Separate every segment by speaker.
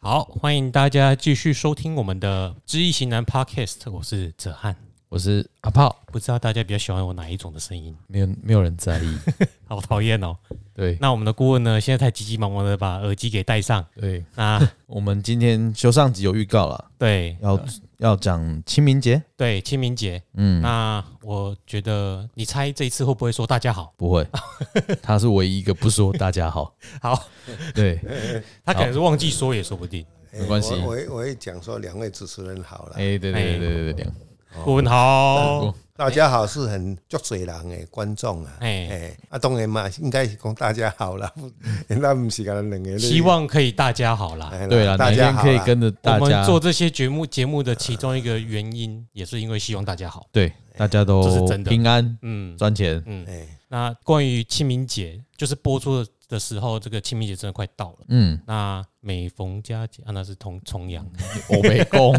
Speaker 1: 哎
Speaker 2: 欢迎大家继续收听我们的《知易行难》Podcast，我是哲翰。
Speaker 3: 我是阿炮，
Speaker 2: 不知道大家比较喜欢我哪一种的声音，
Speaker 3: 没有没有人在 意，
Speaker 2: 好讨厌哦。
Speaker 3: 对
Speaker 2: 那我们的顾问呢，现在才急急忙忙的把耳机给戴 上。
Speaker 3: 对，
Speaker 2: 那
Speaker 3: 我们今天修上集有预告了，
Speaker 2: 对
Speaker 3: 要要讲清明节，
Speaker 2: 对，清明节，
Speaker 3: 嗯，
Speaker 2: 那我觉得你猜这一次会不会说大家好？
Speaker 3: 不 会，他是唯一一个不说大家好，
Speaker 2: 好，
Speaker 3: 对，
Speaker 2: 他可能是忘记说也说不定。
Speaker 3: 没关系
Speaker 1: 哎我我会我会讲说两位主持人好了。
Speaker 3: 哎，对对对对对对，
Speaker 1: 哎
Speaker 2: 顾问
Speaker 3: 哦
Speaker 2: 好，
Speaker 1: 大家好是很足水人的观众啊，
Speaker 2: 哎
Speaker 1: 哎、啊当然嘛，应该是讲大家好啦， 那不是讲两个人，
Speaker 2: 希望可以大家好啦。
Speaker 1: 哎
Speaker 3: 啊对了，哪
Speaker 1: 大
Speaker 3: 一
Speaker 1: 家
Speaker 3: 天
Speaker 1: 好啦
Speaker 3: 可以跟着大
Speaker 2: 我们
Speaker 3: 家，
Speaker 2: 做这些节目节目的其中一个原因，也是因为希望大家好。
Speaker 3: 对，大家
Speaker 2: 这
Speaker 3: 都
Speaker 2: 是真的
Speaker 3: 平安
Speaker 2: 嗯，
Speaker 3: 赚钱，
Speaker 1: 哎
Speaker 2: 那关于清明节，就是播出的时候，这个清明节真的快到了。
Speaker 3: 嗯，
Speaker 2: 那每逢佳节啊，那是重重阳，
Speaker 3: 欧美工，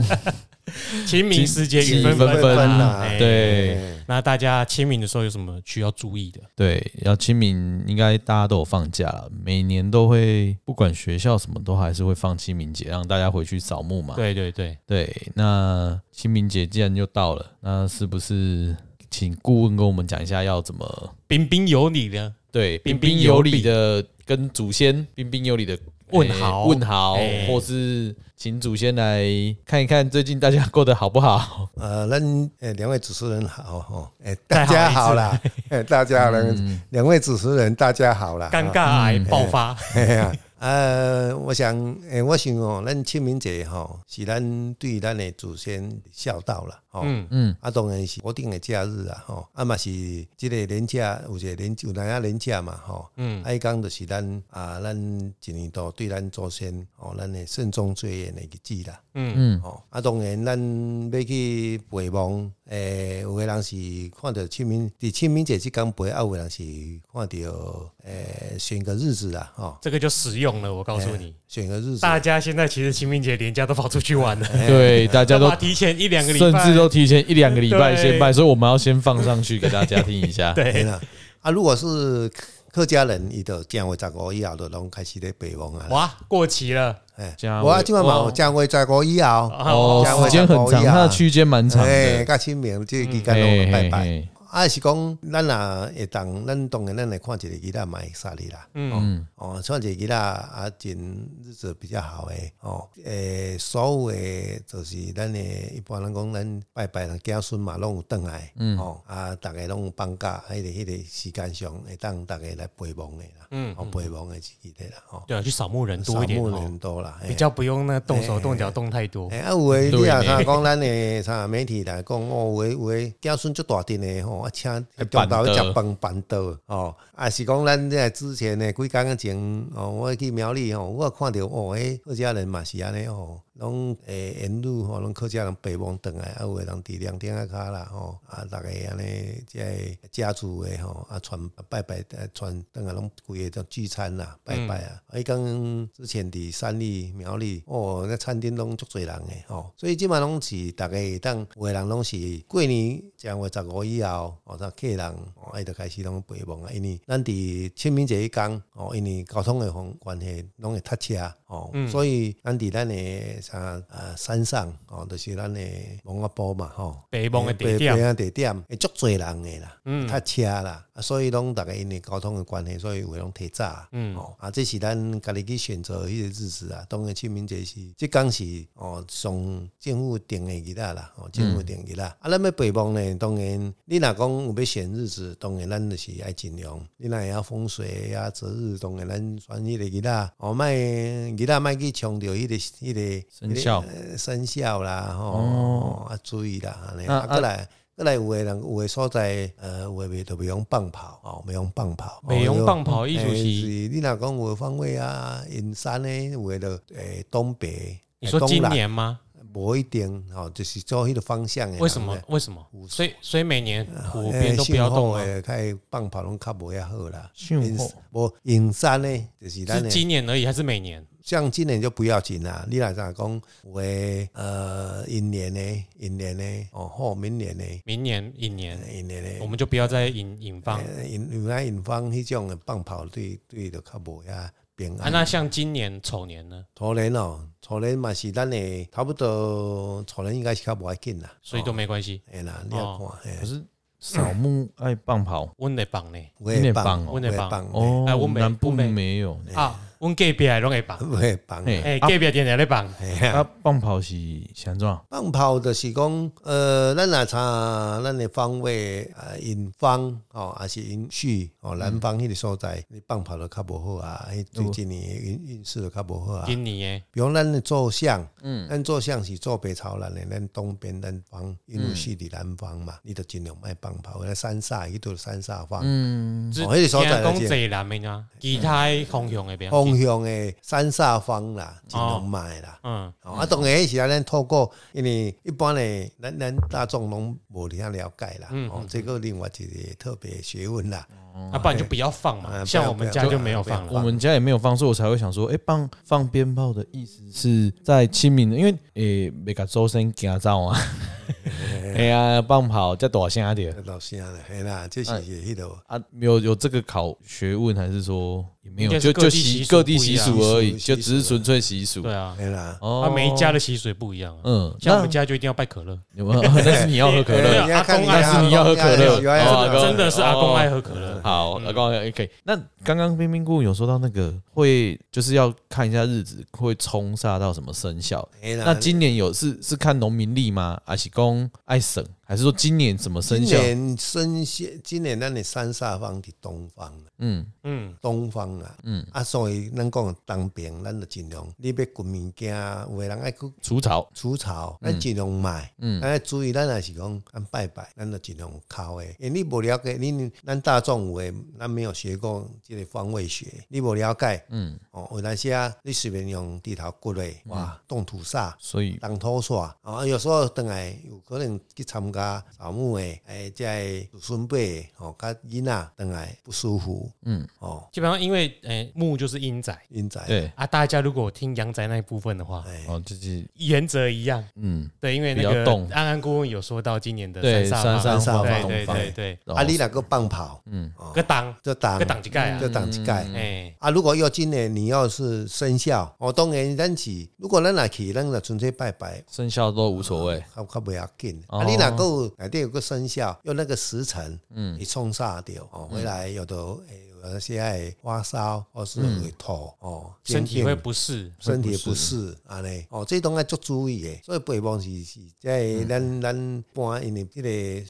Speaker 2: 清明时节雨
Speaker 3: 雨
Speaker 2: 纷
Speaker 3: 纷
Speaker 2: 纷
Speaker 3: 纷
Speaker 2: 啊
Speaker 1: 啊。
Speaker 2: 哎
Speaker 3: 对
Speaker 1: 哎
Speaker 2: 那大家清明的时候有什么需要注意的？
Speaker 3: 对，要清明应该大家都有放假了，每年都会，不管学校什么都还是会放清明节，让大家回去扫墓嘛，
Speaker 2: 对对对，
Speaker 3: 对，那清明节既然又到了，那是不是请顾问跟我们讲一下要怎么
Speaker 2: 彬彬有礼呢？
Speaker 3: 对
Speaker 2: 彬
Speaker 3: 彬
Speaker 2: 彬
Speaker 3: 彬
Speaker 2: 有
Speaker 3: 有
Speaker 2: 礼
Speaker 3: 礼的跟祖先彬彬有礼的
Speaker 2: 问
Speaker 3: 呃
Speaker 2: 好
Speaker 3: 问好
Speaker 2: 哎，
Speaker 3: 或是请祖先来看一看最近大家过得好不好？
Speaker 1: 呃，咱哎两位主持人好哦，哎大
Speaker 2: 再好一次
Speaker 1: 家好啦，哎大家
Speaker 3: 嗯
Speaker 1: 人两位主持人大家好啦，
Speaker 2: 尴尬癌爆发，
Speaker 1: 啊 哎
Speaker 2: 啊
Speaker 1: 呀， 呃，我想，诶、我想哦，咱清明节吼、是咱对咱的祖先孝道啦，吼、
Speaker 2: 嗯
Speaker 3: 嗯，
Speaker 1: 啊，当然是国定的假日啊，吼，啊嘛是即个年假，有一个年有哪样年假嘛，吼、
Speaker 2: 嗯
Speaker 1: 啊，伊讲就是咱啊，咱一年度对咱祖先哦，咱的慎终追远的日子啦。
Speaker 2: 嗯
Speaker 3: 嗯，
Speaker 1: 哦，啊，当然咱要去陪望，诶、有个人是看到清明，伫清明节即天陪，啊，有个人是看到诶、选个日子啦，吼、
Speaker 2: 这个就实用了。我告诉你，
Speaker 1: 选个日子，
Speaker 2: 大家现在其实清明节连假都跑出去玩 了，
Speaker 3: 对，大家
Speaker 2: 干
Speaker 3: 都
Speaker 2: 嘛提哎前一两个礼拜，
Speaker 3: 甚至都提前一两个礼拜
Speaker 2: 对
Speaker 3: 先拜，所以我们要先放上去给大家听一下。
Speaker 1: 对
Speaker 2: 对
Speaker 1: 啦。啊，如果是客客家人，伊就正月十五以后就拢开始咧备忘啊。
Speaker 2: 哇过期了
Speaker 1: 哎
Speaker 3: 正，月
Speaker 1: 我今晚嘛有
Speaker 3: 哦
Speaker 1: 正月十五以后，
Speaker 3: 哦，
Speaker 1: 这样会
Speaker 3: 时间很
Speaker 1: 讲
Speaker 3: 长，
Speaker 1: 不一样
Speaker 3: 它的区间蛮长
Speaker 1: 哎，
Speaker 3: 的。
Speaker 1: 甲清明即个期间拢有
Speaker 3: 嘿
Speaker 1: 拜
Speaker 3: 嘿
Speaker 1: 拜。
Speaker 3: 嘿，
Speaker 1: 啊，是讲咱若会当，咱当然咱来看一个其他嘛会杀你啦。
Speaker 2: 嗯
Speaker 1: 哦，看一个其他啊，真日子比较好诶。哦，诶、所有诶，就是咱诶，一般人讲咱拜拜人子孙嘛，拢有转来。嗯。哦，啊，逐个拢有放假，迄、个迄、个时间上会当逐个来陪忙诶啦。
Speaker 2: 嗯
Speaker 1: 哦，陪忙诶是一个啦。哦，
Speaker 2: 对啊，去扫墓人多
Speaker 1: 扫
Speaker 2: 一点
Speaker 1: 墓
Speaker 2: 哦，
Speaker 1: 人哎多啦。嘿
Speaker 2: 比较不用那动手动脚动太多。
Speaker 1: 哎、啊，有诶，你
Speaker 3: 对
Speaker 1: 也
Speaker 3: 呢
Speaker 1: 像讲咱诶，啥媒体来讲，哦，有诶有诶，子孙足大阵诶吼，啊，请中昼食饭板桌哦，啊是讲咱在之前呢，几工前哦，我去苗栗吼，我看着哦，迄客家人嘛是安尼吼，拢诶沿路吼，拢客家人北望转来，啊有诶人伫凉亭啊骹啦吼，啊逐个安尼即个家族诶吼，啊传拜拜呃传转来拢规个都聚餐啦，拜拜啊，
Speaker 2: 嗯
Speaker 1: 啊伊讲之前伫山里苗栗哦，那餐厅拢足侪人诶吼、所以即嘛拢是逐个会当有诶人拢是过年正月十五以后哦，才客人哦，伊就开始拢陪忙啊，因为咱伫清明节迄工哦，因为交通诶方关系拢会塞车哦，所以咱伫咱诶啥啊山上哦，就是咱诶蒙阿波嘛吼。哦
Speaker 2: 北蒙的地
Speaker 1: 地
Speaker 2: 点，
Speaker 1: 点，地点会足侪人诶啦，塞车啦，啊，所以拢逐个因为交通诶关系，所以有诶拢提早，嗯，哦，啊，这是咱家己去选择迄个日子啊。当然清明节是，即工是哦，上政府定诶日啦啦，哦，政府定日啦。啊，咱要备忘呢，当然，你若讲有要选日子，当然咱就是爱尽量。你若会晓风水啊、择日，当然咱选迄个日啦，哦，莫日啦，莫去冲着迄个迄个
Speaker 3: 生肖
Speaker 1: 呃生肖啦，吼、哦，啊，注意啦，安尼
Speaker 3: 那
Speaker 1: 啊，过来。过来有诶人有诶所在，呃，有诶袂就袂用放炮哦，袂用放炮，
Speaker 2: 美容棒跑艺
Speaker 1: 诶
Speaker 2: 术系，
Speaker 1: 是你若讲哦有诶嗯哎方位啊，因山诶有诶就诶东北，
Speaker 2: 你说
Speaker 1: 诶
Speaker 2: 今
Speaker 1: 东南
Speaker 2: 年吗？
Speaker 1: 无一定哦，就是做迄个方向诶。
Speaker 2: 为什么？为什么？所以所以每年湖
Speaker 1: 湖
Speaker 2: 边都不要动啊，
Speaker 1: 诶，较放炮拢较无遐好啦。
Speaker 3: 信后
Speaker 1: 无引山呢，就是咱
Speaker 2: 是
Speaker 1: 诶。
Speaker 2: 今年而已还是每年？
Speaker 1: 像今年就不要紧啦，你若怎讲有诶呃，引年呢，引年呢，哦，后明年呢，
Speaker 2: 明年一年
Speaker 1: 引年呢
Speaker 2: 我。
Speaker 1: 哎
Speaker 2: 们就不要再引引放。啊
Speaker 1: 呃因有那因方迄种诶放炮对对着较无遐平
Speaker 2: 啊，
Speaker 1: 安。
Speaker 2: 那像今年丑年呢，
Speaker 1: 丑年哦，丑年嘛是咱的差不多，丑年应该是较无要紧啦。
Speaker 2: 所以都
Speaker 1: 哦
Speaker 2: 没关系。
Speaker 1: 哎啦，你要看，
Speaker 3: 可
Speaker 1: 哎，
Speaker 3: 是扫墓爱棒跑
Speaker 1: 哦
Speaker 2: 温的榜呢？
Speaker 1: 我也
Speaker 3: 棒
Speaker 1: 棒，
Speaker 3: 哦
Speaker 1: 我也棒，
Speaker 3: 哦
Speaker 2: 哎，我没
Speaker 3: 南部
Speaker 2: 我没
Speaker 3: 没有呢。
Speaker 2: 啊，温隔壁拢会榜，
Speaker 1: 我也棒。
Speaker 3: 嘿
Speaker 2: 哎，
Speaker 3: 啊
Speaker 2: 隔壁点点咧榜，
Speaker 1: 哎呀
Speaker 3: 啊，棒跑是想怎样？
Speaker 1: 放炮就是讲，呃，咱若查咱的方位，啊，因方哦，还是因序哦，南方迄个所在，你放炮就较无好啊，迄最近年的运运势就较无好啊。
Speaker 2: 今年
Speaker 1: 比如咱的坐向，嗯，咱坐向是坐北朝南的，咱东边咱方，因为是伫南方嘛，你就尽量莫放炮，咱三煞迄度三煞方，
Speaker 3: 嗯，
Speaker 2: 的，
Speaker 1: 哦那个所在
Speaker 2: 听
Speaker 1: 就是哎
Speaker 2: 讲济南的啊，其他的方向的边，
Speaker 1: 方向的三煞方啦，尽量莫啦。
Speaker 2: 嗯，
Speaker 1: 哦，啊，当然迄时啊，咱透过，因为一般咧，咱咱大众拢无遐了解啦，
Speaker 3: 嗯
Speaker 1: 哦，这个另外一个特别学问啦，
Speaker 2: 啊，不然就不要放嘛，
Speaker 1: 嗯
Speaker 2: 像
Speaker 1: 不要
Speaker 2: 我们
Speaker 1: 不要
Speaker 2: 家就没有放
Speaker 1: 不
Speaker 2: 了
Speaker 1: 要。
Speaker 3: 我们家也没有放，所以我才会想说，哎，放放鞭炮的意思是在清明的，因为诶，没甲周身惊走啊。哎呀，棒跑才大声点
Speaker 1: 老师啊，嘿啦，这是迄个
Speaker 3: 啊，有有这个考学问，还是说也没
Speaker 2: 应
Speaker 3: 有？
Speaker 2: 该
Speaker 3: 就是就
Speaker 2: 各地习
Speaker 3: 习
Speaker 2: 俗
Speaker 3: 各地习俗
Speaker 1: 不一样
Speaker 3: 而已，
Speaker 1: 习俗
Speaker 3: 就只是纯粹习俗。
Speaker 2: 对啊，
Speaker 1: 嘿啦，
Speaker 2: 啊，
Speaker 3: 哦
Speaker 2: 每一家的习水不一样啊。
Speaker 3: 嗯，
Speaker 2: 像我
Speaker 3: 那
Speaker 2: 们家就一定要拜可乐，
Speaker 3: 有没有 那是你要喝可
Speaker 2: 没
Speaker 3: 乐
Speaker 2: 有，阿公爱
Speaker 3: 啊那是你要喝可乐
Speaker 1: 有啊
Speaker 3: 哦嗯阿
Speaker 1: 有
Speaker 3: 公
Speaker 1: 啊
Speaker 2: 真的是阿公爱喝可乐。
Speaker 3: 好，那刚刚 OK。那刚刚冰冰姑有说到那个会，就是要看一下日子会冲煞到什么生肖。
Speaker 1: 嘿啦，
Speaker 3: 那今年有是是看农民历吗？还是公爱省？还是说今年什么生
Speaker 1: 今
Speaker 3: 肖？
Speaker 1: 年生肖，今年咱的三煞方伫东方啊，
Speaker 3: 嗯，
Speaker 2: 嗯，
Speaker 1: 东方啊，嗯，啊，所以咱讲当兵，咱就尽量，你要滚物件，有的人爱去
Speaker 3: 除草。
Speaker 1: 除草，咱尽量买，嗯，咱要注意，咱也是讲按拜拜，咱就尽量靠的。因为你无了解，你咱大众有诶，咱没有学过这个方位学，你无了解，嗯，哦，有那些啊，你随便用地头骨类，哇，动土煞。
Speaker 3: 所以
Speaker 1: 当土煞啊，有时候等来有可能去参加扫墓哎诶，诶，在子孙辈的哦，甲囡仔等来不舒服，嗯，哦，
Speaker 2: 基本上因为诶木就是阴宅
Speaker 1: 因在，
Speaker 3: 对，
Speaker 2: 啊，大家如果听阳宅那一部分的话，
Speaker 1: 哎，
Speaker 3: 哦，就是
Speaker 2: 原则一样。
Speaker 3: 嗯，
Speaker 2: 对，因为那
Speaker 3: 比较
Speaker 2: 个
Speaker 3: 动
Speaker 2: 安安顾问有说到今年的
Speaker 3: 对，
Speaker 2: 煞
Speaker 3: 山
Speaker 2: 嘛
Speaker 3: 上
Speaker 1: 山上
Speaker 3: 花放
Speaker 2: 对
Speaker 3: 东
Speaker 2: 对
Speaker 3: 方。
Speaker 2: 对对，
Speaker 3: 哦
Speaker 1: 啊，你若个放跑，
Speaker 3: 嗯，
Speaker 1: 哦
Speaker 2: 个当
Speaker 1: 这当
Speaker 2: 个当一盖啊
Speaker 1: 这，当一届。
Speaker 2: 哎，
Speaker 1: 啊，如果要今年你要是生肖，哦，当然咱是，如果咱若去，咱就纯粹拜拜，
Speaker 3: 生肖都无所谓。
Speaker 1: 较较袂要紧。
Speaker 3: 哦
Speaker 1: 啊，你若够内底有个生肖，用那个时辰，嗯，你冲煞掉，哦，回来有的诶，有那些爱发烧，或是会吐，哦，
Speaker 2: 身体会
Speaker 1: 生病
Speaker 2: 不适。
Speaker 1: 身体不适安尼，哦，这拢要足注意的。所以陪伴是是，即系咱咱搬因为迄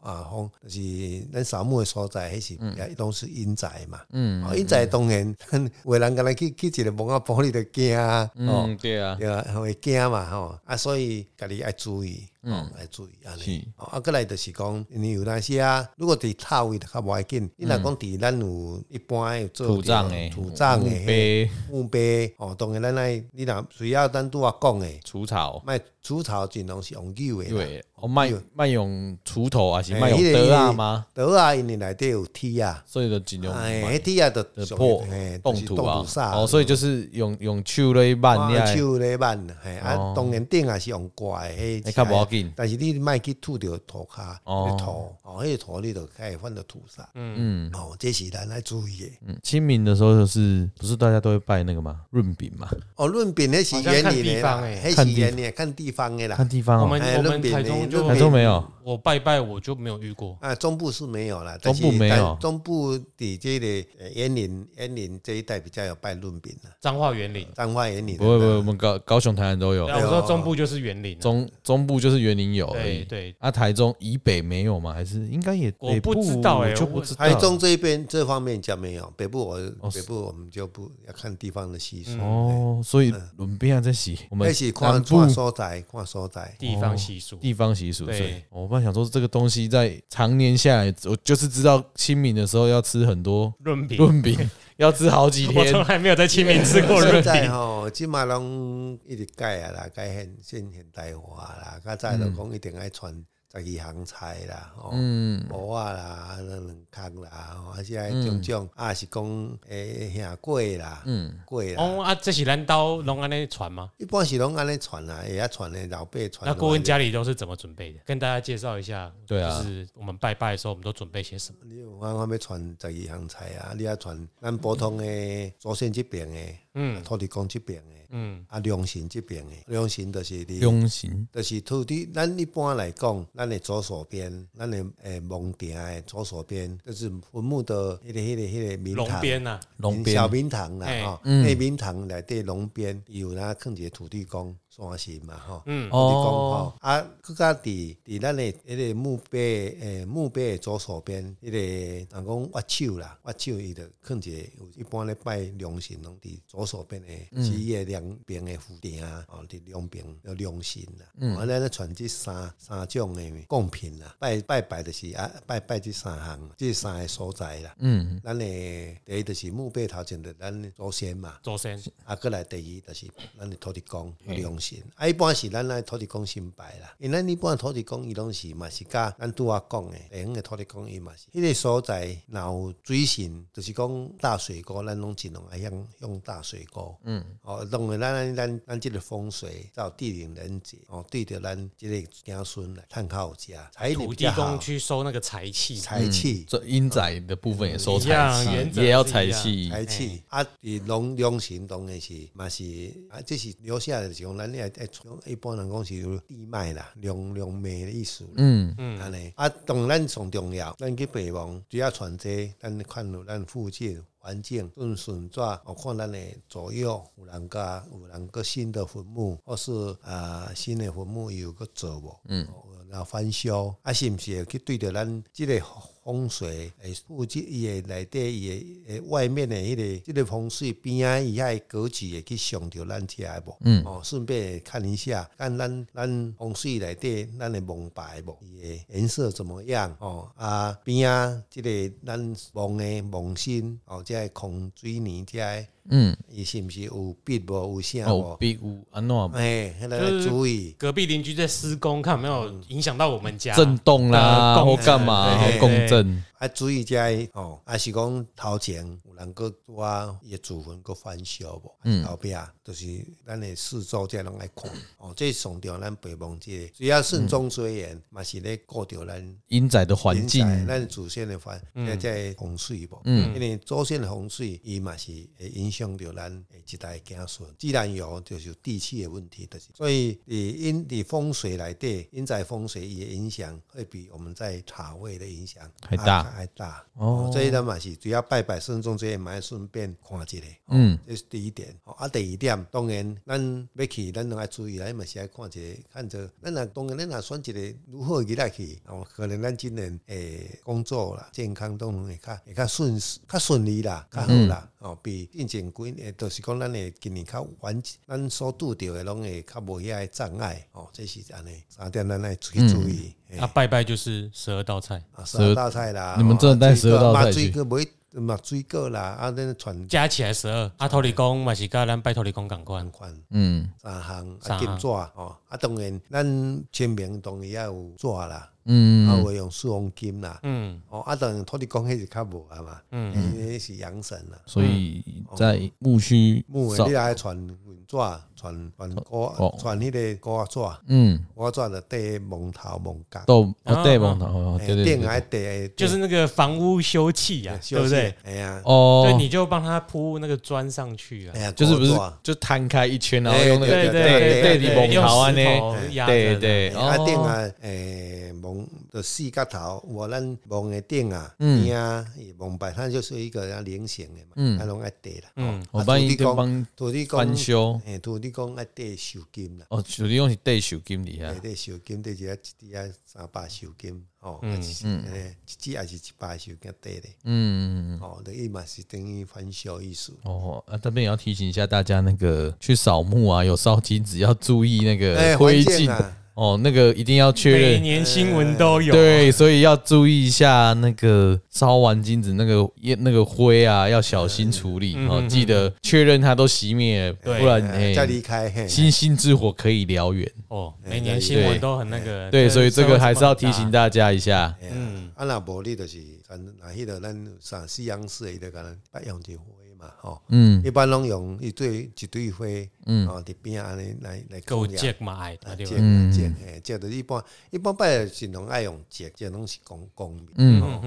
Speaker 1: 个啊方，就是咱扫墓的所在，迄是也拢是阴宅嘛。嗯，哦，阴宅当然，有的人敢若去去一个墓啊，玻璃就惊啊，哦，
Speaker 3: 嗯，对啊，
Speaker 1: 对啊，会惊嘛吼，啊，所以家己爱注意，嗯，爱注意安
Speaker 3: 是
Speaker 1: 尼。哦啊，过来就是讲，因为有那些啊，如果伫塔位就较无要紧，你若讲伫咱有一般的有做
Speaker 3: 土葬
Speaker 1: 嗯
Speaker 3: 诶，
Speaker 1: 啊土葬哎
Speaker 3: 墓
Speaker 1: 诶，
Speaker 3: 碑、
Speaker 1: 墓碑哦，当然咱来，你若需要咱拄啊讲诶，
Speaker 3: 除草。
Speaker 1: 卖除草尽量是用旧诶啦，
Speaker 3: 对，哦，卖卖用锄头还是卖用
Speaker 1: 嘿哎那个
Speaker 3: 刀啊吗？
Speaker 1: 刀啊，因为内底有铁啊，
Speaker 3: 所以就尽量
Speaker 1: 哎，
Speaker 3: 买
Speaker 1: 迄铁啊就
Speaker 3: 的
Speaker 1: 属于
Speaker 3: 破
Speaker 1: 嘿就
Speaker 3: 动
Speaker 1: 是
Speaker 3: 土
Speaker 1: 动
Speaker 3: 啊
Speaker 1: 土，煞
Speaker 3: 哦，所以就是用用手来办
Speaker 1: 啊
Speaker 3: 呀，
Speaker 1: 手咧挽，嘿啊，当然顶也是用挂诶，
Speaker 3: 哦那
Speaker 1: 迄
Speaker 3: 较无要紧
Speaker 1: 但是你卖去吐着涂骹，
Speaker 3: 哦
Speaker 1: 迄土哦，迄土你就开始翻到土上，嗯，哦，这是咱来注意诶。
Speaker 3: 嗯清明的时候就是不是大家都会拜那个吗？润饼嘛，
Speaker 1: 哦，论饼迄是
Speaker 2: 好像
Speaker 1: 原
Speaker 2: 看
Speaker 1: 理
Speaker 2: 地
Speaker 1: 的
Speaker 2: 方
Speaker 1: 啦，
Speaker 2: 欸
Speaker 1: 迄
Speaker 3: 看
Speaker 1: 是
Speaker 3: 地
Speaker 1: 原理的，看地方的啦
Speaker 3: 看。地方
Speaker 2: 我
Speaker 3: 哦，
Speaker 2: 们
Speaker 1: 哎
Speaker 2: 我
Speaker 1: 论
Speaker 2: 们
Speaker 1: 饼
Speaker 2: 台
Speaker 1: 呢
Speaker 2: 中就
Speaker 1: 论
Speaker 3: 台
Speaker 1: 饼
Speaker 3: 中没有，
Speaker 2: 我拜拜我就没有遇过，
Speaker 1: 啊，中部是没有啦，
Speaker 3: 中部没有
Speaker 1: 但是中部的这个呃园林园林这一带比较有拜论饼啦，
Speaker 2: 彰化园林。
Speaker 1: 彰化园林啊。
Speaker 3: 不会不会，我们高高雄、台南都有
Speaker 2: 对，啊，我说中部就是园林啊，
Speaker 3: 中中部就是园林有而
Speaker 2: 对
Speaker 3: 已。
Speaker 2: 对，
Speaker 3: 啊，台中以北没有吗？还是应该也
Speaker 2: 我
Speaker 3: 北部
Speaker 2: 不知道欸
Speaker 3: 我就
Speaker 2: 我
Speaker 3: 不知道。
Speaker 1: 台中这边这方面讲没有，北部我
Speaker 3: 哦
Speaker 1: 北部我们就不要看地方的习俗。
Speaker 3: 哦，所以
Speaker 1: 嗯
Speaker 3: 轮边啊这些我们
Speaker 1: 那是
Speaker 3: 南
Speaker 1: 看
Speaker 3: 部
Speaker 1: 看所在，看所在。
Speaker 2: 地方习俗。
Speaker 3: 哦地方习俗，
Speaker 2: 对
Speaker 3: 所以哦我本来想说这个东西在常年下来，我就是知道清明的时候要吃很多
Speaker 2: 润饼，
Speaker 3: 润饼，要吃好几
Speaker 2: 我从
Speaker 3: 天。
Speaker 2: 来没有在清明 吃过 润
Speaker 1: 现在
Speaker 2: 饼。
Speaker 1: 吼，即嘛拢一直改啊啦，改现现现代化啦，较早就讲一定爱传十二行菜啦，吼、
Speaker 3: 嗯，
Speaker 1: 蚵仔啦，啊两空啦，吼，啊些种种，啊是讲诶下粿啦，嗯，粿啦。
Speaker 2: 哦啊，这是咱刀拢安尼传吗？
Speaker 1: 一般是拢安尼传啦，会晓传的老辈传。
Speaker 2: 那顾问家里都是怎么准备的？跟大家介绍一下。
Speaker 3: 对啊
Speaker 2: 就是我们拜拜的时候，我们都准备些什么？
Speaker 1: 你有法法要传十二项菜啊？你要传咱普通的祖先这边的，
Speaker 2: 嗯
Speaker 1: 土地公这边的，
Speaker 2: 嗯
Speaker 1: 啊良神这边的，良神就是你。
Speaker 3: 中型
Speaker 1: 就是土地，咱一般来讲，咱的左手边，咱的诶蒙埕的左手边，就是坟墓的迄个、迄个、迄个明
Speaker 2: 龙
Speaker 1: 堂，嗯
Speaker 2: 边呐，
Speaker 3: 龙
Speaker 1: 小
Speaker 3: 边嗯
Speaker 1: 明堂啦
Speaker 2: 嘿，
Speaker 1: 吼，那明堂内底龙边有啦，放一个土地公山神嘛，吼。
Speaker 2: 嗯
Speaker 1: 土地公吼，啊，佮较伫伫咱的迄个墓碑的，诶，墓碑的左手边，迄个人讲挖手啦，挖手伊就放一个，有一般咧拜良神拢伫左手边的枝叶两边的附顶啊，哦，伫两边有良神啦，啊，咱咧传即三三种的贡品啦，拜拜拜就是啊，拜拜即三项，即三个所在啦，
Speaker 3: 嗯，
Speaker 1: 咱诶第一就是墓碑头前的咱的祖先嘛，
Speaker 2: 周先，
Speaker 1: 啊，过来第二就是咱的土地公良神，啊，一般是咱来土地公先拜啦，因为咱一般的土地公伊拢是嘛是甲咱拄啊讲的，地方的土地公伊嘛是，迄、个所在若有水神，就是讲大水沟，咱拢尽量爱用用大水沟，嗯，哦，当然咱咱咱咱即个风水，到地灵人杰，哦，对着咱即个子孙来探靠家，财力
Speaker 2: 土
Speaker 1: 比
Speaker 2: 地
Speaker 1: 较
Speaker 2: 公
Speaker 1: 好，
Speaker 2: 去收那个财气，
Speaker 1: 财气。
Speaker 3: 这阴宅的部分也收
Speaker 2: 嗯一样
Speaker 3: 财
Speaker 2: 原
Speaker 3: 气，
Speaker 2: 则
Speaker 3: 也要
Speaker 2: 是一
Speaker 3: 财
Speaker 2: 样
Speaker 3: 气，
Speaker 1: 财气啊，伫农良心当然是嘛是啊，这是留下来就是讲咱爱爱一般人讲是有地脉啦，良良脉的意思啦。
Speaker 3: 嗯，
Speaker 1: 安尼啊，当然上重要，咱去备忘，主要啊传这，咱看到咱附近环境顺顺怎，我看咱的左右有人家有人个新的坟墓，或是啊、新的坟墓有个做无，嗯，然后翻修，啊是毋是会去对着咱即个风水诶附近伊诶内底伊诶诶外面诶迄、个即、个风水边啊伊遐格局会去上着咱遮诶无，嗯，哦，顺便看一下，看咱咱风水内底咱诶蒙牌无，伊诶颜色怎么样？哦啊边啊，即、个咱蒙诶蒙心哦，即个空水泥遮诶，
Speaker 3: 嗯，
Speaker 1: 伊是毋是有壁无有啥
Speaker 3: 哦，
Speaker 1: 无？
Speaker 3: 壁屋安诺
Speaker 1: 哎、迄个
Speaker 2: 就是
Speaker 1: 注意。
Speaker 2: 隔壁邻居在施工，看有没有影响到我们家
Speaker 3: 震动啦，
Speaker 2: 呃共
Speaker 3: 或
Speaker 2: 振
Speaker 3: 干嘛
Speaker 2: 对
Speaker 3: 或
Speaker 2: 对
Speaker 3: 共振，
Speaker 1: 啊，注意遮吼，啊是讲头前有人个啊，伊诶祖坟个翻修无，嗯，后壁就是咱诶四周遮拢爱看，哦，这上吊咱北望即个，只要顺中随缘，嘛是咧顾着咱。
Speaker 3: 阴宅的环境，嗯
Speaker 1: 人才咱祖先的环，即即风水无，因为祖先的风水，伊嘛是会影响到咱的一代子孙。既然有，就是有地气的问题，就是所以伫因伫风水内底，因在风水伊的影响会比我们在塔位的影响
Speaker 3: 还大
Speaker 1: 还大。
Speaker 3: 哦
Speaker 1: 哦，这一点嘛是主要拜拜慎重，这些嘛要顺便看一下。
Speaker 3: 嗯，
Speaker 1: 这是第一点。哦啊，第二点，当然，咱要去，咱拢爱注意，咱嘛是爱看一个，看着，咱若当然，咱若选一个如何去来去，哦，可能咱今年诶工作啦、健康当然会较会较顺较顺利啦，较好啦。
Speaker 3: 嗯
Speaker 1: 哦，比进前几年，就是讲咱诶今年较完，咱所拄着诶拢会较无遐诶障碍。哦，这是安尼，三点咱爱去
Speaker 3: 嗯
Speaker 1: 注意。嘿
Speaker 2: 啊，拜拜就是十二道菜，
Speaker 1: 啊，十二道菜啦，哦
Speaker 3: 你们真的带十二道菜去
Speaker 1: 水果买嘛水果啦，啊，咱传
Speaker 2: 加起来十二。阿头里公嘛是甲咱拜头里公赶快
Speaker 1: 款，款。
Speaker 3: 嗯
Speaker 1: 三项啊
Speaker 2: 三
Speaker 1: 金
Speaker 2: 项
Speaker 1: 纸哦，啊当然咱清明当然也有纸啦，
Speaker 3: 嗯，
Speaker 1: 啊有用四方金啦，
Speaker 2: 嗯，
Speaker 1: 哦啊当然土地公迄是较无啊嘛，嗯，迄是阳神啦，
Speaker 3: 所以
Speaker 2: 嗯
Speaker 3: 在木须
Speaker 2: 哦
Speaker 1: 木的
Speaker 3: 扫
Speaker 1: 你也爱传云纸、传传
Speaker 3: 哦
Speaker 1: 果、传迄个果纸，
Speaker 3: 嗯，
Speaker 1: 果纸就缀蒙头蒙角，
Speaker 3: 豆哦
Speaker 2: 啊
Speaker 3: 对蒙头，哦对
Speaker 1: 哎
Speaker 3: 对
Speaker 1: 顶
Speaker 3: 对
Speaker 1: 爱
Speaker 3: 对，
Speaker 1: 缀，
Speaker 2: 就是那个房屋修葺呀、对不对？？
Speaker 1: 哎呀，
Speaker 2: 对，
Speaker 3: 哦，
Speaker 2: 你就帮他铺那个砖上去啊
Speaker 1: 哎。呀，
Speaker 3: 就是不是
Speaker 1: 果纸
Speaker 3: 就摊开一圈，然后
Speaker 1: 哎
Speaker 3: 用那
Speaker 2: 对对
Speaker 3: 个
Speaker 2: 对
Speaker 3: 对
Speaker 2: 对
Speaker 3: 对
Speaker 2: 对，
Speaker 3: 蒙
Speaker 2: 用
Speaker 3: 头啊呢，
Speaker 2: 石头压着
Speaker 3: 对
Speaker 2: 的
Speaker 3: 对，
Speaker 1: 啊
Speaker 3: 哦
Speaker 1: 顶啊，诶，蒙的四角头，我咱蒙的顶啊，
Speaker 3: 嗯
Speaker 1: 边啊，蒙白，它就是一个菱形的嘛，
Speaker 3: 嗯
Speaker 1: 啊，拢爱地啦。
Speaker 2: 嗯
Speaker 1: 哦
Speaker 3: 我
Speaker 1: 啊
Speaker 3: 帮
Speaker 1: 土
Speaker 3: 你
Speaker 1: 地
Speaker 3: 就
Speaker 1: 公
Speaker 3: 帮
Speaker 1: 土地公
Speaker 3: 翻，修，
Speaker 1: 诶，土地公爱地寿金啦，
Speaker 3: 哦，主要是对手经理啊
Speaker 1: 爱，地寿金，地一啊一支啊三百寿金，哦，嗯嗯，一支也是一百寿金地咧，
Speaker 3: 嗯。
Speaker 1: 哦，那伊嘛是等于翻修艺术。
Speaker 3: 哦，啊，这边也要提醒一下大家，那个去扫墓啊，有烧金纸要注意那
Speaker 1: 哎
Speaker 3: 个
Speaker 1: 环
Speaker 3: 灰
Speaker 1: 境
Speaker 3: 烬、
Speaker 1: 啊
Speaker 3: 哦，那个一定要确
Speaker 2: 每
Speaker 3: 认。
Speaker 2: 年新闻都有。啊
Speaker 3: 对，所以要注意一下那个烧完金纸那个烟那个灰啊，要小心处理、哦，记得确认它都熄灭了，
Speaker 2: 对
Speaker 3: 不然
Speaker 1: 哎
Speaker 3: 哎，
Speaker 1: 再离开，嘿，
Speaker 3: 星星之火可以燎原。
Speaker 2: 哦，每年新闻都很那个。
Speaker 3: 哎对，所以这个还是要提醒大家一下。
Speaker 1: 嗯，啊若无你就是，咱若迄个咱陕西洋式伊就甲咱捌用一花嘛，吼、
Speaker 3: 嗯
Speaker 1: 一般拢用一对一对花，嗯，哦，伫边仔安尼来来
Speaker 2: 够
Speaker 1: 供养
Speaker 2: 借嘛哎，
Speaker 1: 啊，
Speaker 2: 对
Speaker 1: 结
Speaker 2: 吧？
Speaker 1: 啊结，嘿，结就是一般一般拜是拢爱用结，结拢是公公庙，
Speaker 3: 嗯
Speaker 1: 哦，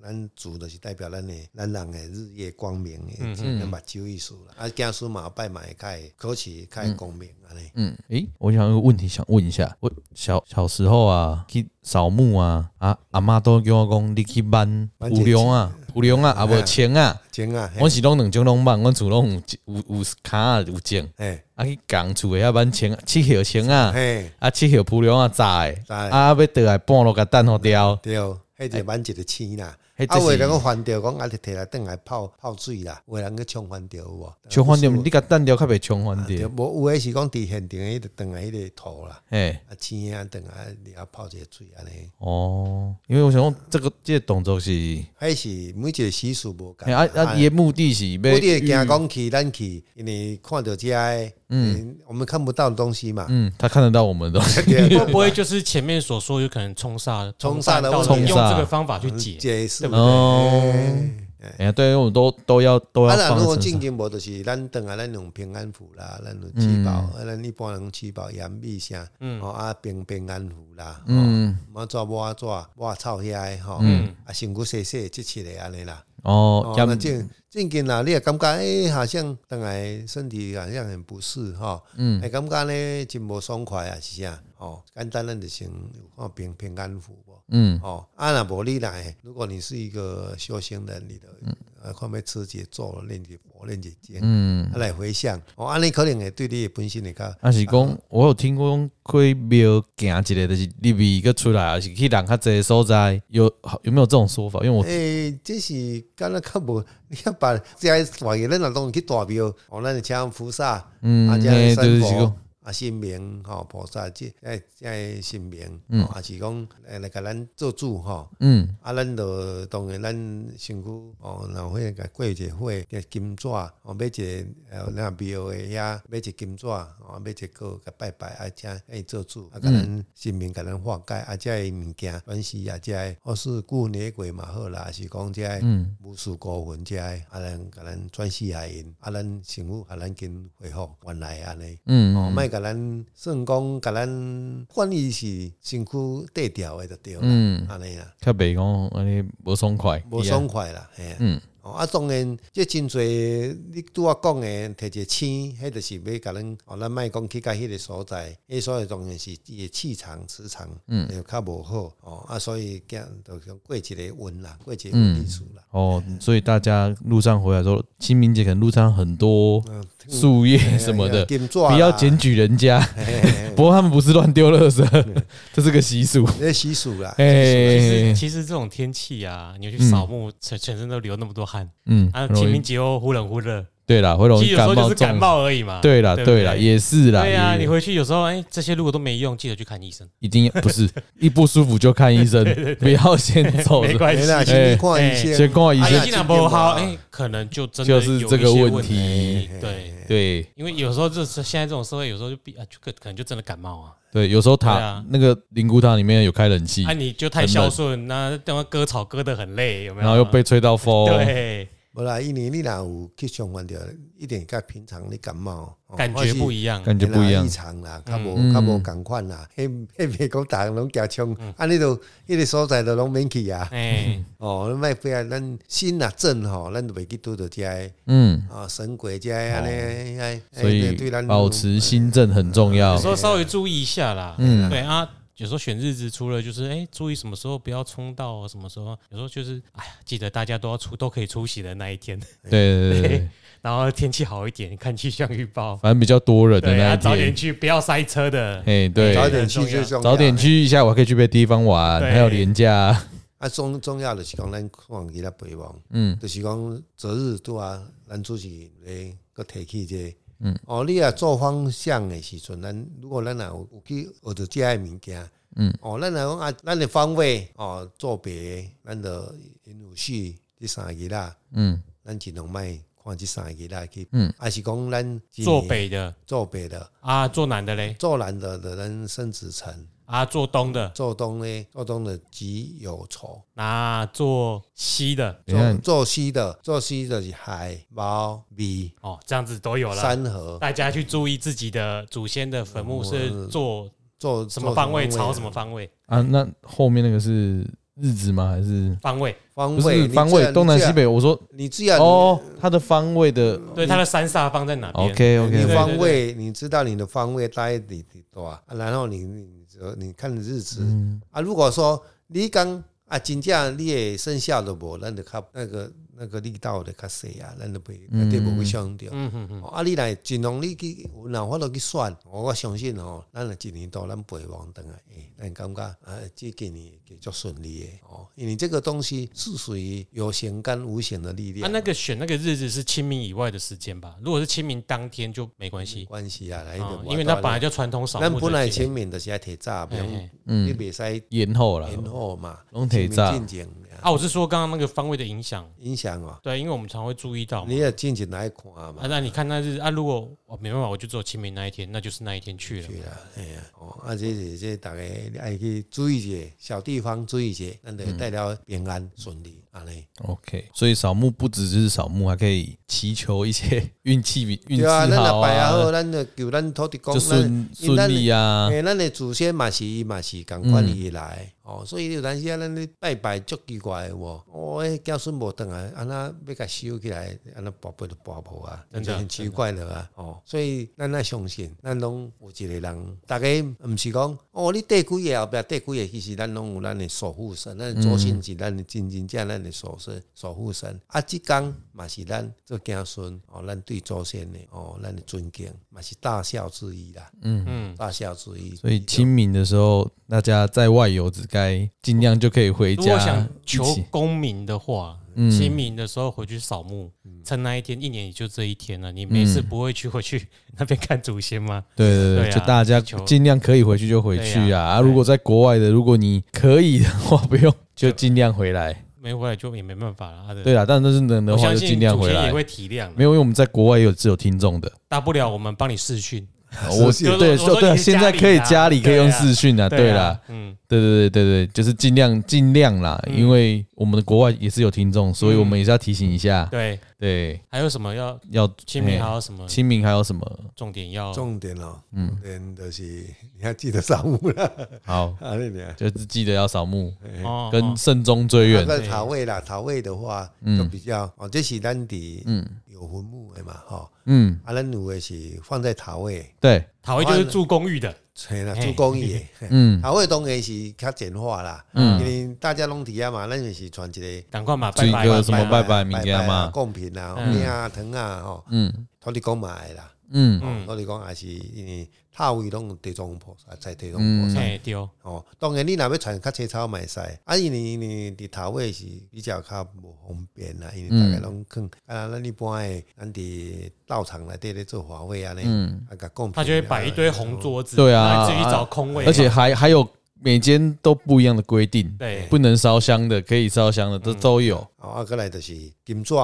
Speaker 1: 咱咱主就是代表咱的咱人的日月光明
Speaker 2: 嗯
Speaker 1: 的，咱目睭意思啦。啊，子孙嘛有拜嘛会较会考试较会光明安尼。
Speaker 3: 嗯，诶、我想有个问题想问一下，我小小时候啊，去扫墓啊，啊阿嬷都叫我讲，你去挽
Speaker 1: 挽
Speaker 3: 乌龙啊，乌龙啊，啊无钱啊，
Speaker 1: 真啊，嘿
Speaker 3: 阮是拢两种拢挽，阮厝拢有有有卡啊有钱，
Speaker 1: 嘿，
Speaker 3: 啊去共厝诶遐挽钱啊，七叶钱啊，
Speaker 1: 嘿，
Speaker 3: 啊七叶乌龙啊炸诶，
Speaker 1: 炸的
Speaker 3: 啊要倒来半路甲等互掉，
Speaker 1: 对，迄就挽一个青啦。
Speaker 3: 迄
Speaker 1: 啊，有的
Speaker 3: 哎这
Speaker 1: 人
Speaker 3: 是
Speaker 1: 讲翻掉，讲啊，摕摕来等来泡泡水啦，有的人去冲翻掉有无？
Speaker 3: 冲反点，你甲等掉较袂冲反
Speaker 1: 对，
Speaker 3: 点，
Speaker 1: 无有诶是讲伫现场迄个等来迄个土啦，
Speaker 3: 嘿。
Speaker 1: 啊，青啊等啊，你啊泡一个水安尼。
Speaker 3: 哦，因为我想讲这个这个动作是，
Speaker 1: 还是每一个习俗无
Speaker 3: 嘿
Speaker 1: 共。
Speaker 3: 啊啊，伊的目的是要
Speaker 1: 我哋
Speaker 3: 预
Speaker 1: 惊讲去，咱去，因为看到这些，嗯，我们看不到的东西 嘛。啊
Speaker 3: 嗯，他看得到我们 的东西，
Speaker 2: 会不会就是前面所说有可能冲煞
Speaker 1: 冲煞的
Speaker 2: 到
Speaker 1: 问
Speaker 2: 底
Speaker 3: 题
Speaker 2: 用这个方法去
Speaker 3: 嗯
Speaker 2: 解？
Speaker 1: 解释
Speaker 2: 对不对
Speaker 3: 哦，哎呀，对，我们都都要都要
Speaker 1: 啊，那
Speaker 3: 放
Speaker 1: 如果
Speaker 3: 在身
Speaker 1: 进
Speaker 3: 上。
Speaker 1: 前无，就是咱等下咱用平安符啦，咱用七宝，啊，
Speaker 3: 嗯
Speaker 1: 咱一般人七宝盐米啥，哦啊平平安符啦，嗯，毛纸抹纸抹草遐的吼，
Speaker 3: 嗯
Speaker 1: 啊身躯洗洗即七个安尼啦。
Speaker 3: 哦
Speaker 1: 哦，，
Speaker 3: 要
Speaker 1: 那正正经啦，你也感觉诶、哎好像当然身体好像很不适哈，嗯，哎，感觉呢真无爽快啊，是啥？哦，简单咱就先有看平平安符无，
Speaker 3: 嗯，
Speaker 1: 哦，啊那无你来，如果你是一个修行人，你的呃，看要持戒做练一佛练一经，嗯，啊来回向，哦，安尼可能会对你的本身会较，
Speaker 3: 啊是讲，我有听过讲去庙行一个，就是入去个出来，还是去人较济的所在，有有没有这种说法？因为我
Speaker 1: 诶、这是敢若较无，你看把这些大爷咱若拢去大庙，哦，咱就请菩萨，
Speaker 3: 嗯，
Speaker 1: 啊，
Speaker 3: 嘿
Speaker 1: 即
Speaker 3: 就是
Speaker 1: 三
Speaker 3: 讲
Speaker 1: 佛，啊，神明吼，菩萨哎即诶，即神明，吼，啊是讲诶来甲咱做主吼，
Speaker 3: 嗯，
Speaker 1: 啊，咱就当然咱身躯哦，然后会甲过一个火，个金纸哦，买一个呃那庙诶遐买一个金纸哦，买一个甲拜拜啊，遮诶做主啊，甲咱神明甲咱化解啊，遮诶物件，凡是啊，遮诶或是故孽鬼嘛好啦，还是讲遮诶无事孤魂遮诶，啊，咱甲咱转世下因，啊，咱神父啊，咱跟恢复原来安尼。
Speaker 3: 嗯，
Speaker 1: 哦，莫甲咱算讲，甲咱管伊是身躯低调的就对啦，
Speaker 3: 嗯
Speaker 1: 安尼啦，
Speaker 3: 较袂讲安尼无爽快，
Speaker 1: 无爽快啦，嘿、啊。
Speaker 3: 嗯
Speaker 1: 哦，啊，当然，这真侪你拄我讲的，摕一个星，迄就是要甲咱，哦，咱莫讲去到迄个所在，迄所在当然是伊的气场、磁场，嗯，会较无好，哦，啊，所以讲，就是讲过一个运啦，过一个运历史啦，
Speaker 3: 哦，所以大家路上回来的时候，清明节可能路上很多
Speaker 1: 嗯，
Speaker 3: 树叶什么的，
Speaker 1: 哎金纸
Speaker 3: 不要
Speaker 1: 啦哎
Speaker 3: 检举人家。
Speaker 1: 嘿嘿 嘿
Speaker 3: 不过他们不是乱丢垃圾， 这是个习俗。
Speaker 1: 那习俗啦，
Speaker 2: 其实
Speaker 3: 哎，
Speaker 2: 其实这种天气啊，你去扫墓，全全身都流那么多汗，
Speaker 3: 嗯，
Speaker 2: 啊，
Speaker 3: 很嗯容
Speaker 2: 清明
Speaker 3: 易。
Speaker 2: 节又忽冷忽热，
Speaker 3: 对啦，会容
Speaker 2: 其实
Speaker 3: 易
Speaker 2: 有时
Speaker 3: 感
Speaker 2: 候就
Speaker 3: 冒
Speaker 2: 是感
Speaker 3: 中暑。
Speaker 2: 冒而已嘛。
Speaker 3: 对啦，
Speaker 2: 对不对
Speaker 3: 对啦，也是啦。
Speaker 2: 对啊，
Speaker 3: 也
Speaker 2: 你回去有时候哎，这些如果都没用，记得去看医生，
Speaker 3: 一定 不是一不舒服就看医生，不要先走。
Speaker 2: 没关
Speaker 1: 没
Speaker 2: 系。
Speaker 1: 啦，
Speaker 2: 啊，
Speaker 1: 先看医生，
Speaker 3: 先看医
Speaker 2: 你
Speaker 1: 哎
Speaker 3: 生
Speaker 1: 呀。
Speaker 2: 经常不好，哎，可能就真的
Speaker 3: 就是
Speaker 2: 有
Speaker 3: 这
Speaker 2: 一
Speaker 3: 个
Speaker 2: 些
Speaker 3: 问
Speaker 2: 问
Speaker 3: 题哎
Speaker 2: 对，
Speaker 3: 对
Speaker 2: 因为有时候这是现在这种社会，有时候就必啊，就可可能就真的感冒啊，
Speaker 3: 对，有时候
Speaker 2: 对
Speaker 3: 塔
Speaker 2: 啊
Speaker 3: 那个灵骨塔里面有开冷气
Speaker 2: 啊，，你就太孝顺，那他妈割草割得很累，有没
Speaker 3: 然
Speaker 2: 有？
Speaker 3: 后又被吹到风。
Speaker 2: 对
Speaker 1: 无啦，一年你若有去上班着，一定甲平常你感冒哦
Speaker 2: 感觉不一样，
Speaker 3: 感觉不
Speaker 1: 嘿
Speaker 3: 一
Speaker 1: 啦
Speaker 3: 样嗯
Speaker 1: 异。常啦，较无较无共款啦。 迄迄美国逐个拢惊冲，啊，你都迄个所在都拢免去啊。
Speaker 2: 哎，
Speaker 1: 哦，咱莫非啊，咱心若正吼，咱就袂去拄着遮个
Speaker 3: 嗯，
Speaker 1: 啊神鬼遮个安尼，哎
Speaker 3: 哦所
Speaker 1: 哎
Speaker 3: 以
Speaker 1: 对咱
Speaker 3: 保持心正很重要
Speaker 2: 有时。候稍微注意一下啦。嗯，对啊，有时候选日子除了就是哎、注意什么时候不要冲到啊，什么时候，有时候就是哎呀，记得大家都要出都可以出席的那一天，
Speaker 3: 对对对对对，
Speaker 2: 然后天气好一点，看气象预报。
Speaker 3: 反正比较多人的
Speaker 2: 对
Speaker 3: 那
Speaker 2: 啊，
Speaker 3: 一
Speaker 2: 早点
Speaker 3: 天。
Speaker 2: 去，不要塞车的。
Speaker 3: 哎，对，
Speaker 1: 早点去最重要。
Speaker 3: 早点去一下，我还可以去别的地方玩，
Speaker 2: 对
Speaker 3: 还有廉价。
Speaker 1: 啊，重重要就是讲咱看其他备忘，嗯，就是讲择日拄啊，咱主席咧，佮提起这个嗯，哦，你啊做方向的时阵，咱如果咱若有有去学着遮个物件，嗯，哦，咱若讲啊，咱的方位哦，做别，咱就因有序即三个啦，
Speaker 3: 嗯，
Speaker 1: 咱尽量莫看即三个啦去，嗯，还是讲咱一年
Speaker 2: 坐北的
Speaker 1: 做别的，
Speaker 2: 啊，坐南的嘞
Speaker 1: 做南的的咱生子辰，
Speaker 2: 啊，坐东的，
Speaker 1: 做东呢，做东的己有仇。
Speaker 2: 那、啊坐西的
Speaker 3: 等一下
Speaker 1: 做做西的，做西的是海、猫、米、
Speaker 2: 哦，这样子都有了。
Speaker 1: 山河，
Speaker 2: 大家去注意自己的祖先的坟墓是坐
Speaker 1: 做
Speaker 2: 什么方位，朝什么
Speaker 1: 方
Speaker 2: 方位。
Speaker 3: 啊，那后面那个是日子吗？还是
Speaker 2: 方位，
Speaker 1: 方
Speaker 3: 不
Speaker 1: 位
Speaker 3: 是
Speaker 1: 你
Speaker 3: 方
Speaker 1: 只
Speaker 3: 位
Speaker 1: 要
Speaker 3: 东南西，北？我说
Speaker 1: 你只要
Speaker 3: 哦，它的方位的
Speaker 1: 嗯
Speaker 2: 对，它的三煞放在哪边
Speaker 3: OK
Speaker 1: 你的
Speaker 3: OK，
Speaker 1: 方位，你知道你的方位大概几几多啊？然后你你你你看日子、啊。如果说你讲啊，真正你的生肖都无，咱就较那个那个力道就较细啊，咱就袂对无会伤着。
Speaker 2: 嗯嗯嗯，
Speaker 1: 哦啊，你来尽量你去有哪法度去选，我我相信哦，咱若一年到咱陪王等啊，诶、咱感觉啊，这几年会足顺利的哦，因为这个东西是属于有形跟无形的力
Speaker 2: 啊，
Speaker 1: 量。
Speaker 2: 那个选那个日子是清明以外的时间吧？如果是清明当天就没关系，
Speaker 1: 关系啊，来
Speaker 2: 啊因为那本来就传统扫
Speaker 1: 咱
Speaker 2: 墓
Speaker 1: 本来
Speaker 2: 的节
Speaker 1: 清明就是爱提早，比如
Speaker 2: 嘿嘿
Speaker 1: 你袂使
Speaker 3: 延后了，
Speaker 1: 延后嘛，
Speaker 3: 嗯拢提早
Speaker 1: 清明进前
Speaker 2: 啊，我是说刚刚那个方位的影响，
Speaker 1: 影响哦，
Speaker 2: 对，啊因为我们常会注意到
Speaker 3: 哦
Speaker 2: 嘛
Speaker 1: 你。也进前来看
Speaker 2: 啊，
Speaker 1: 嘛，
Speaker 3: 哎
Speaker 2: 那你看那日啊，如果我没办法，我就只有清明那一天，那就是那一天去了。
Speaker 1: 对啦，哎呀，哦，啊，这是这大家爱去注意一下，小地方注意一下，咱就会带了平安顺利，
Speaker 3: 嗯
Speaker 1: 安尼。
Speaker 3: OK，所以扫墓不只是扫墓，还可以祈求一些运气比运气
Speaker 1: 对啊，咱
Speaker 3: 好
Speaker 1: 若拜啊好，
Speaker 3: 啊，
Speaker 1: 咱就求咱土地公，
Speaker 3: 就顺
Speaker 1: 咱因为咱
Speaker 3: 顺利啊。
Speaker 1: 诶，咱的祖先嘛是伊嘛是共款伊来
Speaker 2: 嗯
Speaker 1: 的哦，所以有当时啊，咱咧拜拜足奇怪的喎，我迄子孙无转来，安那要甲收起来，安那跋背都跋无啊，
Speaker 2: 真的
Speaker 1: 就很奇怪了啊。哦，所以咱若相信，咱拢有一个人，大家毋是讲哦，你第几个后壁第几个，其实咱拢有咱的守护神，咱的祖先是咱的真真正咱的守神守护
Speaker 2: 嗯
Speaker 1: 神。啊，即工嘛是咱做子孙哦，咱对祖先的哦，咱的尊敬嘛是大孝之一啦，
Speaker 2: 嗯，
Speaker 1: 大孝之一。
Speaker 3: 所以清明的时候，大家在外游子该尽量就可以回
Speaker 2: 如果
Speaker 3: 家
Speaker 2: 想
Speaker 3: 一
Speaker 2: 求
Speaker 3: 起。嗯
Speaker 2: 功名的话，清明的时候回去扫墓，趁那一天，一年也就这一天了。你没事不会去回去
Speaker 3: 嗯
Speaker 2: 那边看祖先吗？
Speaker 3: 对对
Speaker 2: 对
Speaker 3: 对，
Speaker 2: 啊
Speaker 3: 就大家
Speaker 2: 求
Speaker 3: 尽量可以回去就回去
Speaker 2: 对
Speaker 3: 啊。
Speaker 2: 啊
Speaker 3: 啊，
Speaker 2: 对
Speaker 3: 如果在国外的，如果你可以的话，不用就尽量回来。
Speaker 2: 没回来就也没办法了。啊
Speaker 3: 对啦，但是能的
Speaker 2: 我
Speaker 3: 话
Speaker 2: 相
Speaker 3: 就
Speaker 2: 信
Speaker 3: 尽量
Speaker 2: 祖
Speaker 3: 回
Speaker 2: 先
Speaker 3: 来
Speaker 2: 也。会体谅的，
Speaker 3: 没有，因为我们在国外也有只有听众的。
Speaker 2: 大不了我们帮你视讯。
Speaker 3: 我
Speaker 2: 是
Speaker 3: 对
Speaker 2: 嗯我说
Speaker 3: 对啊，
Speaker 2: 你是
Speaker 3: 现在可以家
Speaker 2: 家
Speaker 3: 里
Speaker 2: 里啊
Speaker 3: 可以用
Speaker 2: 对啊
Speaker 3: 视讯啊，对啦
Speaker 2: 啊，，嗯，
Speaker 3: 对对对对对，就是尽量尽量啦，因为我们的国外也是有听众，所以我们也是要提醒一下，
Speaker 2: 嗯对。
Speaker 3: 对，
Speaker 2: 还有什么要
Speaker 3: 要
Speaker 2: 清明还
Speaker 3: 嘿
Speaker 2: 有什么
Speaker 3: 哎清明还有什么？
Speaker 2: 重点要？
Speaker 1: 重点哦，
Speaker 3: 嗯
Speaker 1: 重点就是你要记得扫墓啦，
Speaker 3: 好，
Speaker 1: 啊，啊你俩。
Speaker 3: 就是记得要扫墓，
Speaker 2: 哦
Speaker 3: 跟
Speaker 2: 哦
Speaker 3: 慎终追
Speaker 1: 那
Speaker 3: 远。嗯
Speaker 1: 个塔位啦，塔位的话就比较哦，这是咱的有坟墓的嘛，吼，
Speaker 3: 嗯，
Speaker 1: 啊，咱有的是放在塔位，
Speaker 3: 对，
Speaker 2: 塔位就是住公寓的，
Speaker 1: 嘿啦，
Speaker 2: 嘿
Speaker 1: 做公益 的，嘿
Speaker 3: 嗯
Speaker 1: 塔位当然是较简化啦，因
Speaker 3: 嗯，
Speaker 1: 为大家拢提啊嘛，咱就是传一个
Speaker 2: 赶快嘛，
Speaker 3: 这
Speaker 2: 拜拜
Speaker 3: 个
Speaker 2: 嘛
Speaker 3: 什么
Speaker 2: 拜
Speaker 3: 拜
Speaker 2: 拜，
Speaker 3: 拜物件
Speaker 1: 啊
Speaker 3: 嘛，
Speaker 1: 贡品啊，
Speaker 2: 嗯
Speaker 1: 物啊、糖啊，吼，
Speaker 3: 嗯
Speaker 1: 土地公嘛会啦，
Speaker 3: 嗯
Speaker 2: 嗯
Speaker 1: 土地公也是因为塔位拢有地藏菩萨在地藏菩
Speaker 3: 嗯
Speaker 1: 萨。
Speaker 2: 哎丢，
Speaker 1: 哦，当然你若要传较车草嘛会使，啊，因为因为伫头尾是比较较无方便啦，因为
Speaker 3: 嗯
Speaker 1: 大家拢囥啊，咱一般诶，咱伫道场内底咧做法会安尼，
Speaker 3: 嗯，
Speaker 1: 啊，甲贡品啊
Speaker 2: 他就会摆一堆红，桌子，
Speaker 3: 对
Speaker 2: 让
Speaker 3: 啊
Speaker 2: 你自己找空位嘛，
Speaker 3: 而且还还有每间都不一样的规定，
Speaker 2: 对
Speaker 3: 不能烧香的，可以烧香的都都有，
Speaker 1: 哦，啊，过来就是金纸，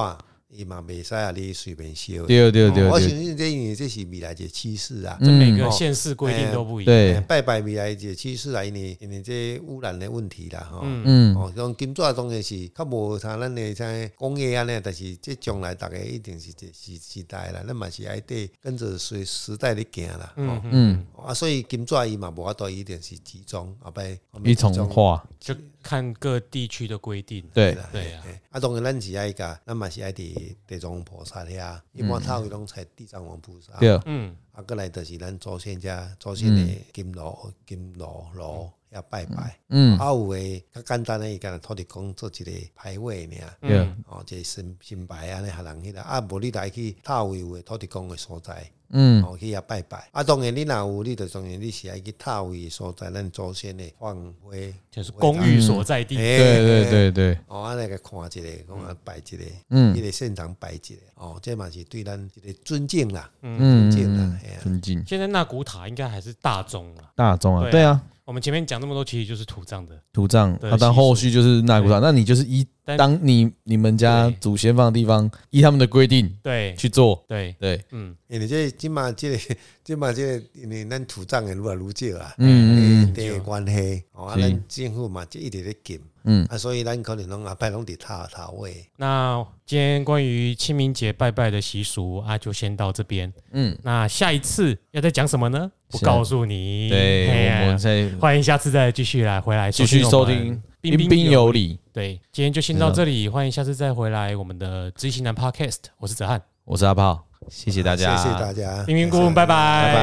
Speaker 1: 伊嘛袂使啊，你随便烧。
Speaker 3: 对对对
Speaker 1: 哦我相
Speaker 3: 对，
Speaker 1: 信这因为这是未来一个趋势啊，
Speaker 3: 嗯
Speaker 2: 每个县市规定都不一样，
Speaker 3: 对
Speaker 1: 哎，拜拜未来一个趋势啊，因为因为这污染的问题啦，吼、
Speaker 3: 嗯。
Speaker 1: 哦，像金纸当然是较无像咱的像工业安尼，但是即将来大家一定是一个时时代啦，咱嘛是爱得跟着随时代咧行啦。
Speaker 2: 嗯
Speaker 1: 哦，
Speaker 2: 嗯，
Speaker 1: 啊，所以金纸伊嘛无法度伊一定是集中，后摆后面
Speaker 3: 一
Speaker 1: 集中
Speaker 3: 重化，
Speaker 2: 就看各地区的规定，
Speaker 3: 对，
Speaker 2: 对啊，
Speaker 1: 嘿啊，当然咱是爱甲，咱嘛是爱伫地藏王菩萨遐，一般头位拢采地藏王菩萨。
Speaker 3: 对，
Speaker 2: 嗯，
Speaker 1: 啊，过来就是咱祖先遮祖先的金炉、金炉炉遐拜拜。
Speaker 3: 嗯，
Speaker 1: 啊，有诶较简单诶，伊敢若土地公做一个牌位尔。
Speaker 3: 对，
Speaker 1: 哦，即新新牌安尼下人迄个，啊，无你来去塔位有诶土地公诶所在，
Speaker 3: 嗯，
Speaker 1: 哦去遐拜拜。啊，当然你若有，你就当然你是爱去塔位诶所在，咱祖先诶放花，
Speaker 2: 就是公寓所在
Speaker 3: 嗯
Speaker 2: 地，
Speaker 1: 嘿
Speaker 3: 对对，对对，
Speaker 1: 哦，安尼个看一个，讲啊拜一个，
Speaker 3: 嗯
Speaker 1: 迄个现场拜一个，哦，这嘛是对咱一个尊敬啦，
Speaker 3: 嗯，
Speaker 1: 尊敬啦
Speaker 3: 嗯，
Speaker 1: 嘿啊
Speaker 3: 尊敬
Speaker 2: 现在那古塔应该还是大宗了。
Speaker 3: 大众啊，
Speaker 2: 对啊
Speaker 3: 对啊，
Speaker 2: 我们前面讲那么多，其实就是土葬的，
Speaker 3: 土葬，
Speaker 2: 对
Speaker 3: 啊，但
Speaker 2: 习俗
Speaker 3: 后续就是纳古葬，那你就是依
Speaker 2: 但
Speaker 3: 当你你们家
Speaker 2: 对
Speaker 3: 祖先放的地方，依他们的规定
Speaker 2: 对
Speaker 3: 去做，
Speaker 2: 对，
Speaker 3: 对，
Speaker 2: 嗯，
Speaker 1: 因为这即嘛即个 即嘛即个，因为咱土葬诶愈来愈少啊。
Speaker 3: 嗯嗯
Speaker 1: 地的关系，哦，啊，
Speaker 3: 是
Speaker 1: 咱政府嘛，即一直咧禁，
Speaker 3: 嗯
Speaker 1: 啊，所以咱可能拢后摆拢伫塔塔位，
Speaker 2: 那今天关于清明节拜拜的习俗啊，就先到这边。
Speaker 3: 嗯，
Speaker 2: 那下一次要再讲什么呢？不
Speaker 3: 下
Speaker 2: 告诉你。
Speaker 3: 对，
Speaker 2: 嘿
Speaker 3: 我
Speaker 2: 呀
Speaker 3: 们再
Speaker 2: 欢迎下次再继续来回来
Speaker 3: 继续
Speaker 2: 我
Speaker 3: 收
Speaker 2: 们
Speaker 3: 听
Speaker 2: 彬
Speaker 3: 彬彬有礼。
Speaker 2: 对，今天就先到这里，欢迎下次再回来我们的知性男 Podcast，我是子翰，
Speaker 3: 我是阿炮，谢谢大家，
Speaker 1: 谢谢大家，
Speaker 2: 彬彬顾问，拜拜，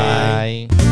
Speaker 3: 拜拜。